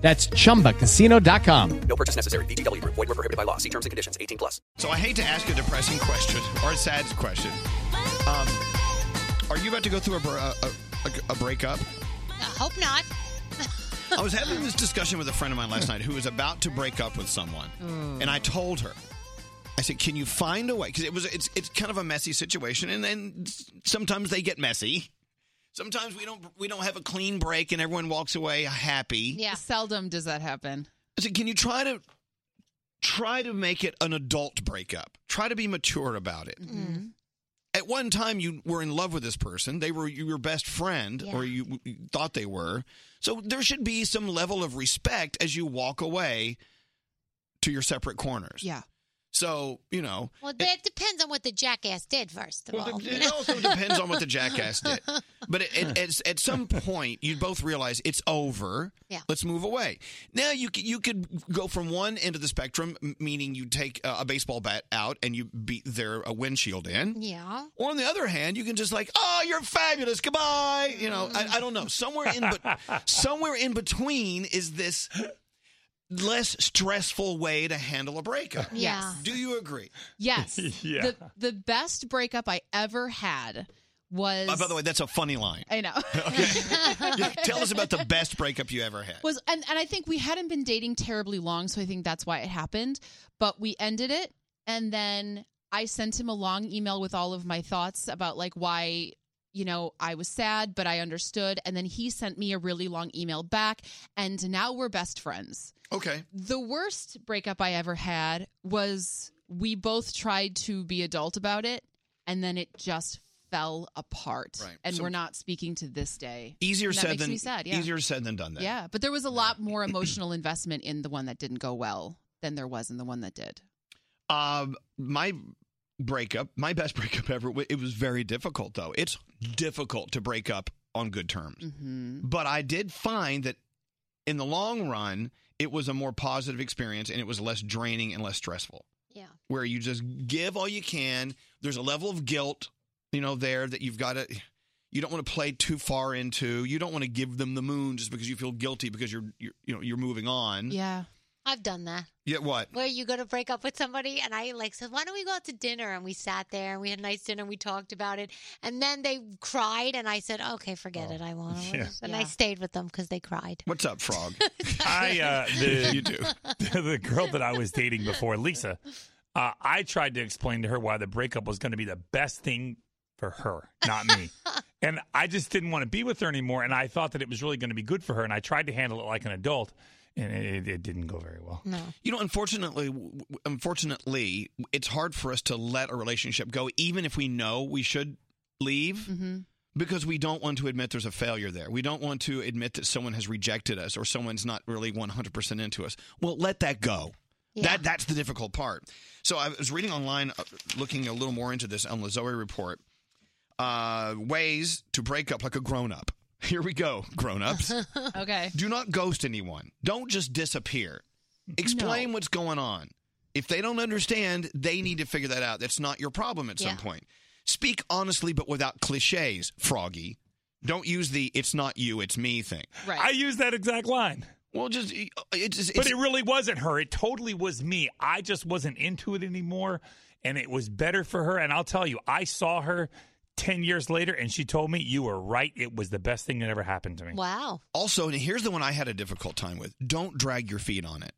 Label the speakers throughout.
Speaker 1: That's chumbacasino.com.
Speaker 2: No purchase necessary. VGW Group. Void were prohibited by law. See terms and conditions. 18 plus.
Speaker 3: So I hate to ask a depressing question or a sad question. Um, are you about to go through a, br- a, a, a breakup?
Speaker 4: I hope not.
Speaker 3: I was having this discussion with a friend of mine last night who was about to break up with someone, and I told her, I said, "Can you find a way?" Because it was it's it's kind of a messy situation, and then sometimes they get messy. Sometimes we don't we don't have a clean break, and everyone walks away happy.
Speaker 5: Yeah. Seldom does that happen.
Speaker 3: I said, "Can you try to try to make it an adult breakup? Try to be mature about it." At one time, you were in love with this person. They were your best friend, or you, you thought they were. So there should be some level of respect as you walk away to your separate corners.
Speaker 5: Yeah.
Speaker 3: So you know,
Speaker 4: Well, but it depends on what the jackass did first of all.
Speaker 3: well, it also depends on what the jackass did. But it, it, it's, at some point, you both realize it's over.
Speaker 4: Yeah.
Speaker 3: Let's move away. Now you c- you could go from one end of the spectrum, m- meaning you take uh, a baseball bat out and you beat their uh, windshield in.
Speaker 4: Yeah.
Speaker 3: Or on the other hand, you can just like, oh, you're fabulous, goodbye. You know, I, I don't know. Somewhere in, but somewhere in between is this less stressful way to handle a breakup.
Speaker 4: Yeah.
Speaker 3: Do you agree?
Speaker 5: Yes.
Speaker 6: Yeah.
Speaker 5: The the best breakup I ever had was
Speaker 3: Uh, by the way, that's a funny line.
Speaker 5: I know.
Speaker 3: Yeah, Tell us about the best breakup you ever had.
Speaker 5: was and, and I think we hadn't been dating terribly long, so I think that's why it happened. But we ended it and then I sent him a long email with all of my thoughts about like why you know I was sad, but I understood. And then he sent me a really long email back, and now we're best friends.
Speaker 3: Okay.
Speaker 5: The worst breakup I ever had was we both tried to be adult about it, and then it just fell apart.
Speaker 3: Right.
Speaker 5: And
Speaker 3: So-
Speaker 5: we're not speaking to this day.
Speaker 3: Easier
Speaker 5: And that
Speaker 3: said
Speaker 5: makes
Speaker 3: than
Speaker 5: me sad, yeah.
Speaker 3: easier said than done. Then.
Speaker 5: Yeah, but there was a lot more emotional investment in the one that didn't go well than there was in the one that did.
Speaker 3: Um, my breakup, my best breakup ever. It was very difficult though. It's difficult to break up on good terms.
Speaker 5: Mm-hmm.
Speaker 3: But I did find that in the long run, it was a more positive experience and it was less draining and less stressful.
Speaker 4: Yeah.
Speaker 3: Where you just give all you can. There's a level of guilt, you know, there that you've got to. You don't want to play too far into. You don't want to give them the moon just because you feel guilty because you're, you're you know you're moving on.
Speaker 5: Yeah.
Speaker 4: I've done that.
Speaker 3: Yeah, what?
Speaker 4: Where you go to break up with somebody and I like said, Why don't we go out to dinner? And we sat there and we had a nice dinner and we talked about it. And then they cried and I said, Okay, forget it. I won't.
Speaker 6: Yeah.
Speaker 4: And I
Speaker 5: Yeah.
Speaker 4: stayed with them because they cried.
Speaker 3: What's up, Frog?
Speaker 6: I uh, the
Speaker 3: you do.
Speaker 6: the girl that I was dating before, Lisa. Uh, I tried to explain to her why the breakup was going to be the best thing for her, not me. and I just didn't want to be with her anymore. And I thought that it was really going to be good for her. And I tried to handle it like an adult, and it, it didn't go very well.
Speaker 4: No.
Speaker 3: You know, unfortunately, w- w- unfortunately, it's hard for us to let a relationship go, even if we know we should leave, because we don't want to admit there's a failure there. We don't want to admit that someone has rejected us or someone's not really 100% into us. Well, let that go.
Speaker 4: Yeah.
Speaker 3: That that's the difficult part. So I was reading online, uh, looking a little more into this on Lazoi report. Uh, ways to break up like a grown up. Here we go, grown ups.
Speaker 5: Okay.
Speaker 3: Do not ghost anyone. Don't just disappear. Explain what's going on. If they don't understand, they need to figure that out. That's not your problem at some
Speaker 4: Yeah.
Speaker 3: point. Speak honestly, but without cliches, Froggy. Don't use the "it's not you, it's me" thing.
Speaker 5: Right.
Speaker 6: I used that exact line,
Speaker 3: Well, just it- it's, it's
Speaker 6: but it really wasn't her. It totally was me. I just wasn't into it anymore, and it was better for her. And I'll tell you, I saw her ten years later, and she told me you were right. It was the best thing that ever happened to me.
Speaker 4: Wow.
Speaker 3: also. And here's the one I had a difficult time with. Don't drag your feet on it.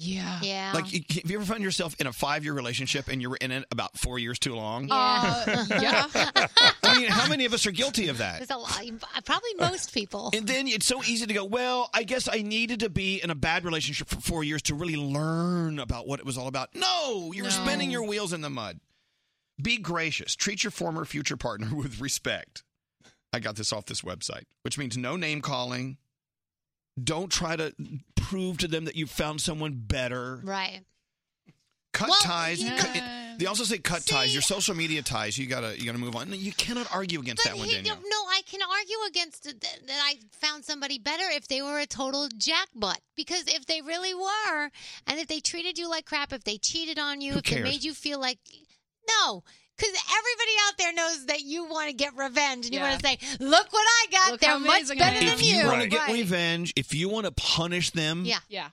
Speaker 5: yeah.
Speaker 4: Yeah.
Speaker 3: Like, you- have you ever found yourself in a five-year relationship and you were in it about four years too long?
Speaker 5: Uh, yeah.
Speaker 3: I mean, how many of us are guilty of that?
Speaker 4: There's a lot. Probably most people.
Speaker 3: And then it's so easy to go, well, I guess I needed to be in a bad relationship for four years to really learn about what it was all about. No, you're
Speaker 5: No.
Speaker 3: spinning your wheels in the mud. Be gracious. Treat your former future partner with respect. I got this off this website, which means no name calling. Don't try to prove to them that you found someone better.
Speaker 4: Right.
Speaker 3: cut
Speaker 4: Well,
Speaker 3: ties.
Speaker 4: you
Speaker 3: cut-
Speaker 4: got-
Speaker 3: it- they also say cut ties. Your social media ties. You gotta you gotta move on. No, You cannot argue against that one,
Speaker 4: he-
Speaker 3: Danielle.
Speaker 4: No, I can argue against it that, that I found somebody better if they were a total jackbutt. Because if they really were, and if they treated you like crap, if they cheated on you,
Speaker 3: Who
Speaker 4: if they
Speaker 3: cares?
Speaker 4: made you feel like no. Because everybody out there knows that you want to get revenge and you
Speaker 5: Yeah.
Speaker 4: want to say, "Look what I got!
Speaker 5: Look how
Speaker 4: They're much
Speaker 5: amazing I
Speaker 4: better
Speaker 5: am."
Speaker 4: than
Speaker 3: If
Speaker 4: you."
Speaker 3: you want to
Speaker 6: Right.
Speaker 3: get revenge, if you want to punish them,
Speaker 4: Yeah.
Speaker 5: Yeah.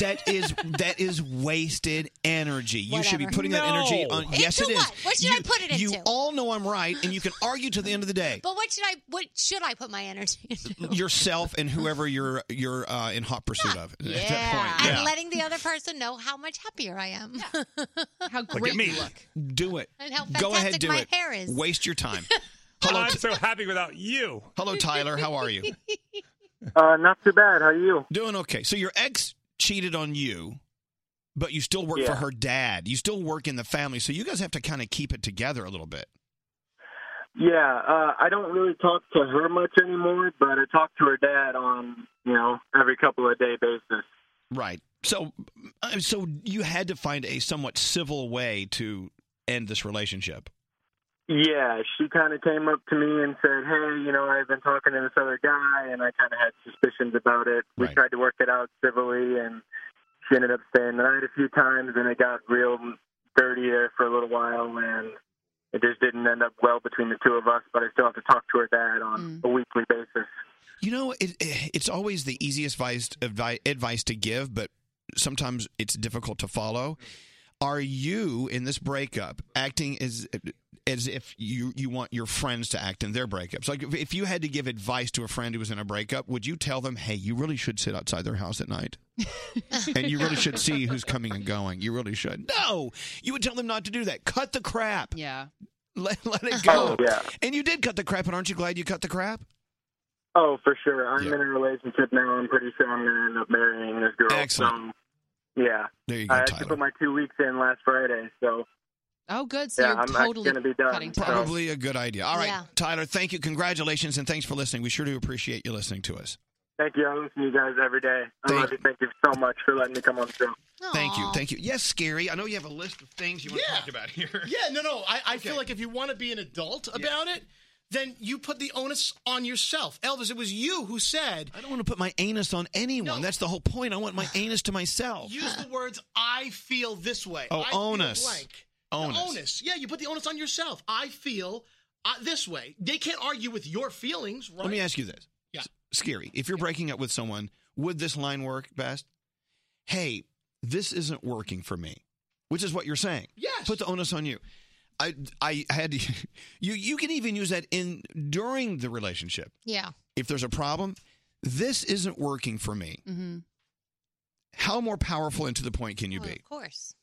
Speaker 3: that is that is wasted energy. You should be
Speaker 4: Whatever.
Speaker 3: putting that energy
Speaker 6: No.
Speaker 3: on. yes,
Speaker 4: Into
Speaker 3: it is.
Speaker 4: what? What should I
Speaker 3: You-
Speaker 4: put it
Speaker 3: You
Speaker 4: into?
Speaker 3: all know I'm right, and you can argue to the end of the day.
Speaker 4: But what should I? What should I put my energy into?
Speaker 3: yourself and whoever you're you're uh, in hot pursuit of at that point.
Speaker 4: And
Speaker 3: Yeah.
Speaker 4: letting the other person know how much happier I am
Speaker 5: How
Speaker 6: at
Speaker 5: great
Speaker 6: me.
Speaker 5: you look.
Speaker 3: do it.
Speaker 4: and how
Speaker 3: Go ahead,
Speaker 4: fantastic
Speaker 3: do
Speaker 4: my
Speaker 3: it.
Speaker 4: hair is.
Speaker 3: Waste your time. Hello,
Speaker 6: I'm so happy without you.
Speaker 3: hello, Tyler. How are you?
Speaker 7: Uh, not too bad. How are you?
Speaker 3: Doing okay. So your ex cheated on you, but you still work for
Speaker 7: Yeah.
Speaker 3: her dad. You still work in the family, so you guys have to kind of keep it together a little bit.
Speaker 7: Yeah, uh, I don't really talk to her much anymore, but I talk to her dad on you know every couple of day basis.
Speaker 3: Right. So, uh, so you had to find a somewhat civil way to end this relationship.
Speaker 7: Yeah, she kind of came up to me and said, "Hey, you know, I've been talking to this other guy, and I kind of had suspicions about it. We
Speaker 3: Right.
Speaker 7: tried to work it out civilly, and she ended up staying the night a few times, and it got real dirty there for a little while, and it just didn't end up well between the two of us. But I still have to talk to her dad on a weekly basis.
Speaker 3: You know, it, eh, it's always the easiest advice, advi- advice to give, but sometimes it's difficult to follow. Are you in this breakup acting as as if you you want your friends to act in their breakups? Like if, if you had to give advice to a friend who was in a breakup, would you tell them, "Hey, you really should sit outside their house at night, and you really should see who's coming and going. You really should." No, you would tell them not to do that. Cut the crap.
Speaker 5: Yeah.
Speaker 3: Let, let it go.
Speaker 7: Oh, yeah.
Speaker 3: And you did cut the crap, and aren't you glad you cut the crap?
Speaker 7: Oh, for sure. I'm
Speaker 3: Yeah.
Speaker 7: in a relationship now. I'm pretty sure I'm going to end up marrying this girl.
Speaker 3: Excellent.
Speaker 7: So, yeah.
Speaker 3: There you go,
Speaker 7: I actually
Speaker 3: Tyler.
Speaker 7: put my two weeks in last Friday, so
Speaker 5: Oh, good. So
Speaker 7: Yeah,
Speaker 5: you're
Speaker 7: I'm actually
Speaker 5: totally
Speaker 7: gonna be done.
Speaker 5: cutting ties.
Speaker 3: Probably a good idea. All right,
Speaker 4: Yeah.
Speaker 3: Tyler, thank you. Congratulations and thanks for listening. We sure do appreciate you listening to us.
Speaker 7: thank you. I listen to you guys every day. I
Speaker 3: Thank
Speaker 7: love
Speaker 3: you.
Speaker 7: you. Thank you so much for letting me come on the show.
Speaker 3: Thank you.
Speaker 4: Aw.
Speaker 3: Thank you. Yes, Scary, I know you have a list of things you want
Speaker 8: Yeah.
Speaker 3: to talk about here.
Speaker 8: Yeah, no, no. I, I feel
Speaker 3: Okay.
Speaker 8: like if you want to be an adult about it, then you put the onus on yourself. Elvis, it was you who said,
Speaker 3: I don't want to put my anus on anyone.
Speaker 8: No.
Speaker 3: That's the whole point. I want my anus to myself.
Speaker 8: use the words, I feel this way.
Speaker 3: Oh,
Speaker 8: I feel
Speaker 3: onus.
Speaker 8: blank."
Speaker 3: Onus.
Speaker 8: The onus. Yeah, you put the onus on yourself. I feel uh, this way. They can't argue with your feelings, right?
Speaker 3: Let me ask you this.
Speaker 8: Yeah.
Speaker 3: S- Scary, if you're breaking up with someone, would this line work best? Hey, this isn't working for me, which is what you're saying.
Speaker 8: Yes.
Speaker 3: Put the onus on you. I I had to, you you can even use that in during the relationship.
Speaker 4: Yeah.
Speaker 3: if there's a problem, this isn't working for me.
Speaker 5: Mhm.
Speaker 3: How more powerful and to the point can you
Speaker 4: Well,
Speaker 3: be?
Speaker 4: Of course.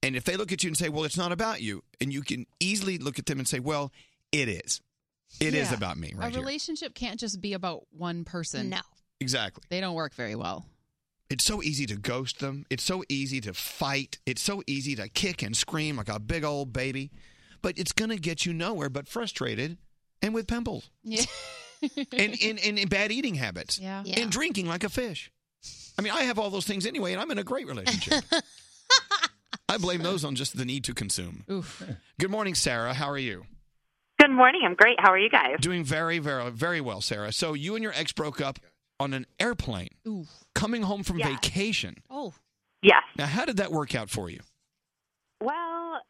Speaker 3: And if they look at you and say, well, it's not about you, and you can easily look at them and say, well, it is. It is
Speaker 5: Yeah.
Speaker 3: about me
Speaker 5: A
Speaker 3: right here.
Speaker 5: relationship can't just be about one person.
Speaker 4: No.
Speaker 3: Exactly.
Speaker 5: They don't work very well.
Speaker 3: It's so easy to ghost them. It's so easy to fight. It's so easy to kick and scream like a big old baby. But it's going to get you nowhere but frustrated and with pimples
Speaker 5: Yeah.
Speaker 3: and, and, and, and bad eating habits
Speaker 5: yeah.
Speaker 4: Yeah.
Speaker 3: and drinking like a fish. I mean, I have all those things anyway, and I'm in a great relationship. I blame those on just the need to consume.
Speaker 5: Oof.
Speaker 3: Good morning, Sarah. How are you?
Speaker 9: Good morning. I'm great. How are you guys?
Speaker 3: Doing very, very, very well, Sarah. So you and your ex broke up on an airplane
Speaker 5: Oof.
Speaker 3: coming home from
Speaker 9: Yeah.
Speaker 3: vacation.
Speaker 4: Oh.
Speaker 9: Yes.
Speaker 3: Now, how did that work out for you?
Speaker 9: Well,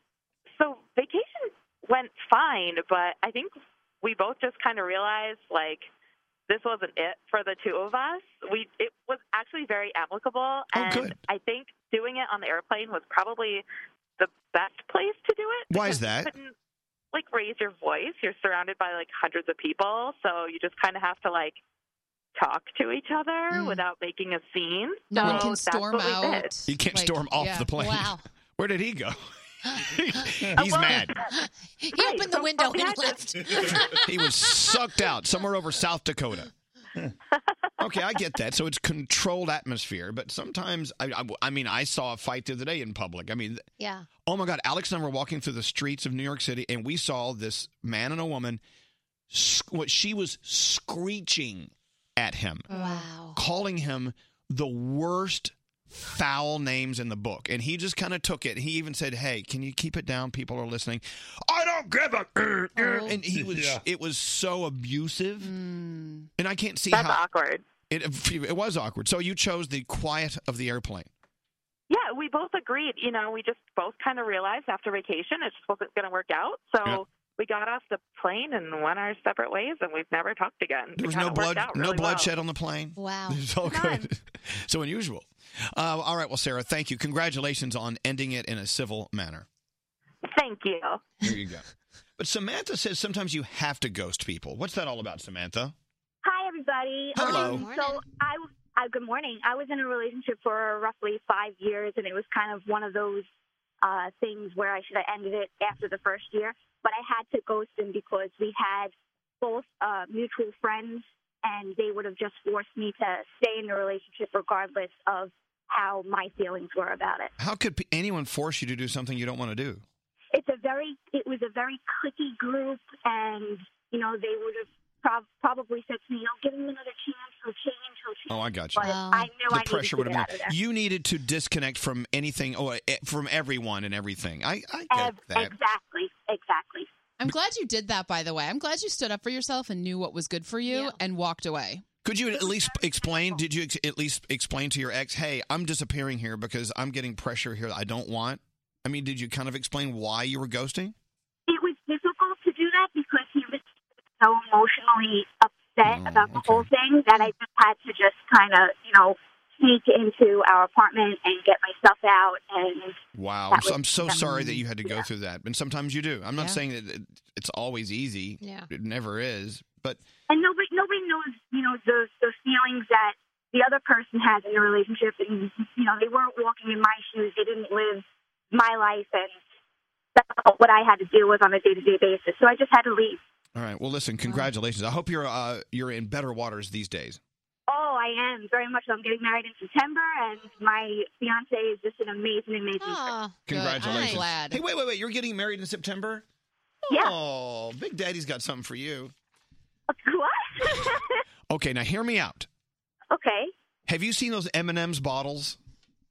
Speaker 9: so vacation went fine, but I think we both just kind of realized like this wasn't it for the two of us. We it was actually very amicable, and
Speaker 3: Oh, good.
Speaker 9: I think doing it on the airplane was probably the best place to do it.
Speaker 3: Why is
Speaker 9: because you
Speaker 3: that?
Speaker 9: couldn't, Like raise your voice. You're surrounded by like hundreds of people, so you just kind of have to like talk to each other
Speaker 3: Mm.
Speaker 9: without making a scene.
Speaker 5: No
Speaker 9: so
Speaker 5: one can
Speaker 9: that's
Speaker 5: storm
Speaker 9: what we
Speaker 5: out.
Speaker 9: did.
Speaker 3: You can't
Speaker 5: Like,
Speaker 3: storm off
Speaker 5: yeah.
Speaker 3: the plane.
Speaker 4: Wow.
Speaker 3: Where did he go? He's
Speaker 9: well-
Speaker 3: mad.
Speaker 4: He
Speaker 9: Right,
Speaker 4: opened the
Speaker 9: so
Speaker 4: window
Speaker 9: we
Speaker 4: and
Speaker 9: had to-
Speaker 4: left.
Speaker 3: He was sucked out somewhere over South Dakota. Okay, I get that. So it's controlled atmosphere, but sometimes I, I, I mean, I saw a fight the other day in public. I mean,
Speaker 4: Yeah.
Speaker 3: Oh my God, Alex and I were walking through the streets of New York City, and we saw this man and a woman. sc- What she was screeching at him,
Speaker 4: Wow.
Speaker 3: calling him the worst foul names in the book, and he just kind of took it. He even said, "Hey, can you keep it down? People are listening." I don't give a. And he was.
Speaker 6: Yeah.
Speaker 3: It was so abusive, and I can't see
Speaker 9: Mm. That's
Speaker 3: how
Speaker 9: awkward.
Speaker 3: It, it was awkward. So you chose the quiet of the airplane.
Speaker 9: Yeah, we both agreed. You know, we just both kind of realized after vacation it just wasn't going to work out. So
Speaker 3: Yeah.
Speaker 9: we got off the plane and went our separate ways, and we've never talked again. It
Speaker 3: There was
Speaker 9: kinda
Speaker 3: no
Speaker 9: worked
Speaker 3: blood,
Speaker 9: out
Speaker 3: no
Speaker 9: really well.
Speaker 3: bloodshed on the plane.
Speaker 4: Wow.
Speaker 3: It was all good. so unusual. Uh, all right. Well, Sarah, thank you. Congratulations on ending it in a civil manner.
Speaker 9: Thank you.
Speaker 3: There you go. but Samantha says sometimes you have to ghost people. What's that all about, Samantha?
Speaker 10: Hi, everybody.
Speaker 3: Hello.
Speaker 10: Um, so I, I, good morning. I was in a relationship for roughly five years, and it was kind of one of those uh, things where I should have ended it after the first year, but I had to ghost him because we had both uh, mutual friends, and they would have just forced me to stay in the relationship regardless of how my feelings were about it.
Speaker 3: How could p- anyone force you to do something you don't want to do?
Speaker 10: it's a very it was a very clicky group and you know they would have prob- probably said to me oh give him another chance he'll change he'll change
Speaker 3: Oh, I got you.
Speaker 10: but i knew
Speaker 3: the
Speaker 10: i
Speaker 3: pressure would
Speaker 10: needed to get
Speaker 3: have
Speaker 10: out of
Speaker 3: been.
Speaker 10: there.
Speaker 3: You needed to disconnect from anything, oh, eh, from everyone and everything. I, I get
Speaker 10: Ev-
Speaker 3: that.
Speaker 10: exactly exactly
Speaker 5: I'm glad you did that, by the way. I'm glad you stood up for yourself and knew what was good for you and walked away.
Speaker 3: Could you at least explain? Did you ex- at least explain to your ex, "Hey, I'm disappearing here because I'm getting pressure here that I don't want"? I mean, did you kind of explain why you were ghosting?
Speaker 10: it was difficult to do that because he was so emotionally upset
Speaker 3: Oh,
Speaker 10: about the whole thing that i just had to just kind of you know sneak into our apartment and get my stuff out and
Speaker 3: Wow,
Speaker 10: That
Speaker 3: I'm so,
Speaker 10: was-
Speaker 3: I'm so
Speaker 10: that-
Speaker 3: sorry that you had to go through that. And sometimes you do. I'm not
Speaker 10: Yeah.
Speaker 3: saying that it- it's always easy.
Speaker 10: Yeah.
Speaker 3: it never is. But
Speaker 10: and nobody nobody knows you know those those feelings that the other person has in a relationship and you know they weren't walking in my shoes they didn't live my life and that's what i had to deal with on a day to day basis so i just had to leave
Speaker 3: all right, well, listen, congratulations. I hope you're uh, you're in better waters these days.
Speaker 10: oh i am very much so i'm getting married in september and my fiance is just an amazing amazing person.
Speaker 3: Congratulations. Hey, wait, wait, wait. You're getting married in September?
Speaker 10: Yeah.
Speaker 3: Oh, Big Daddy's got something for you.
Speaker 10: what
Speaker 3: Okay, now hear me out.
Speaker 10: okay
Speaker 3: Have you seen those M and M's bottles?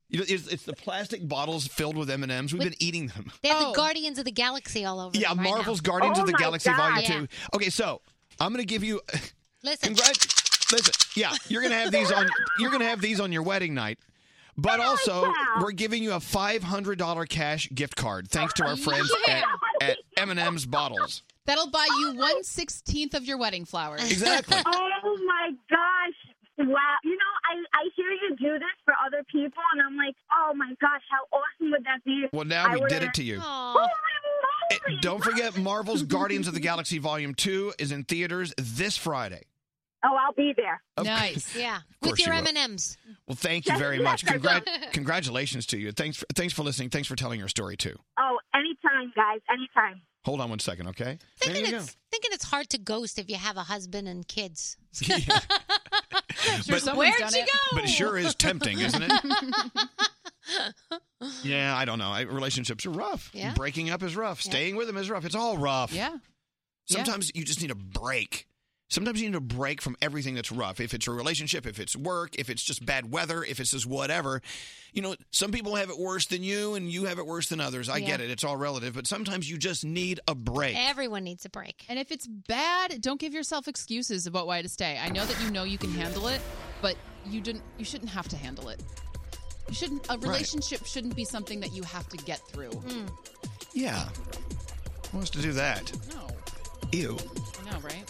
Speaker 3: You know, it's, it's the plastic bottles filled with M and M's. We've been eating them.
Speaker 4: They have the Guardians of the Galaxy all over.
Speaker 3: Oh. Yeah,
Speaker 4: them right now.
Speaker 3: Marvel's Guardians
Speaker 10: Oh
Speaker 3: of the Galaxy Volume
Speaker 4: Yeah.
Speaker 3: Two. Okay, so I'm gonna give you.
Speaker 4: Listen.
Speaker 3: Congrat- Listen, yeah, you're gonna have these on. You're gonna have these on your wedding night. But also, we're giving you a five hundred dollar cash gift card thanks
Speaker 10: Oh,
Speaker 3: to our friends
Speaker 5: Yeah.
Speaker 3: at, at M&M's Bottles.
Speaker 5: That'll buy you one sixteenth of your wedding flowers.
Speaker 3: Exactly.
Speaker 10: oh my gosh. Wow. You know, I, I hear you do this for other people, and I'm like, oh my gosh, how awesome would that be?
Speaker 3: Well, now
Speaker 10: I
Speaker 3: we did
Speaker 10: would've-
Speaker 3: it to you.
Speaker 10: Oh,
Speaker 3: And don't forget, Marvel's Guardians of the Galaxy Volume Two is in theaters this Friday.
Speaker 10: oh, I'll be there.
Speaker 4: Nice. Yeah.
Speaker 3: course
Speaker 4: With your
Speaker 3: you will.
Speaker 4: M&Ms.
Speaker 3: Well, thank you
Speaker 10: Yes,
Speaker 3: very
Speaker 10: yes,
Speaker 3: much.
Speaker 10: I will.
Speaker 3: Congrat- congratulations to you. Thanks, for, thanks for listening. Thanks for telling your story too.
Speaker 10: Oh, anytime, guys, anytime.
Speaker 3: Hold on one second, okay?
Speaker 4: Thinking it's, thinking it's hard to ghost if you have a husband and kids.
Speaker 3: Sure But- someone's
Speaker 4: Where'd
Speaker 3: done
Speaker 4: you
Speaker 3: it.
Speaker 4: go?
Speaker 3: But it sure is tempting, isn't it? Yeah, I don't know. I, relationships are rough.
Speaker 4: Yeah.
Speaker 3: Breaking up is rough. Staying with them is rough. It's all rough.
Speaker 5: Yeah.
Speaker 3: Sometimes you just need a break. Sometimes you need a break from everything that's rough. If it's a relationship, if it's work, if it's just bad weather, if it's just whatever. You know, some people have it worse than you and you have it worse than others. I
Speaker 4: Yeah.
Speaker 3: get it. It's all relative, but sometimes you just need a break.
Speaker 4: Everyone needs a break.
Speaker 5: And if it's bad, don't give yourself excuses about why to stay. I know that you know you can handle it, but you didn't you shouldn't have to handle it. You shouldn't a relationship shouldn't be something that you have to get through.
Speaker 3: Yeah. Who wants to do that?
Speaker 5: No.
Speaker 3: Ew.
Speaker 5: I know, right?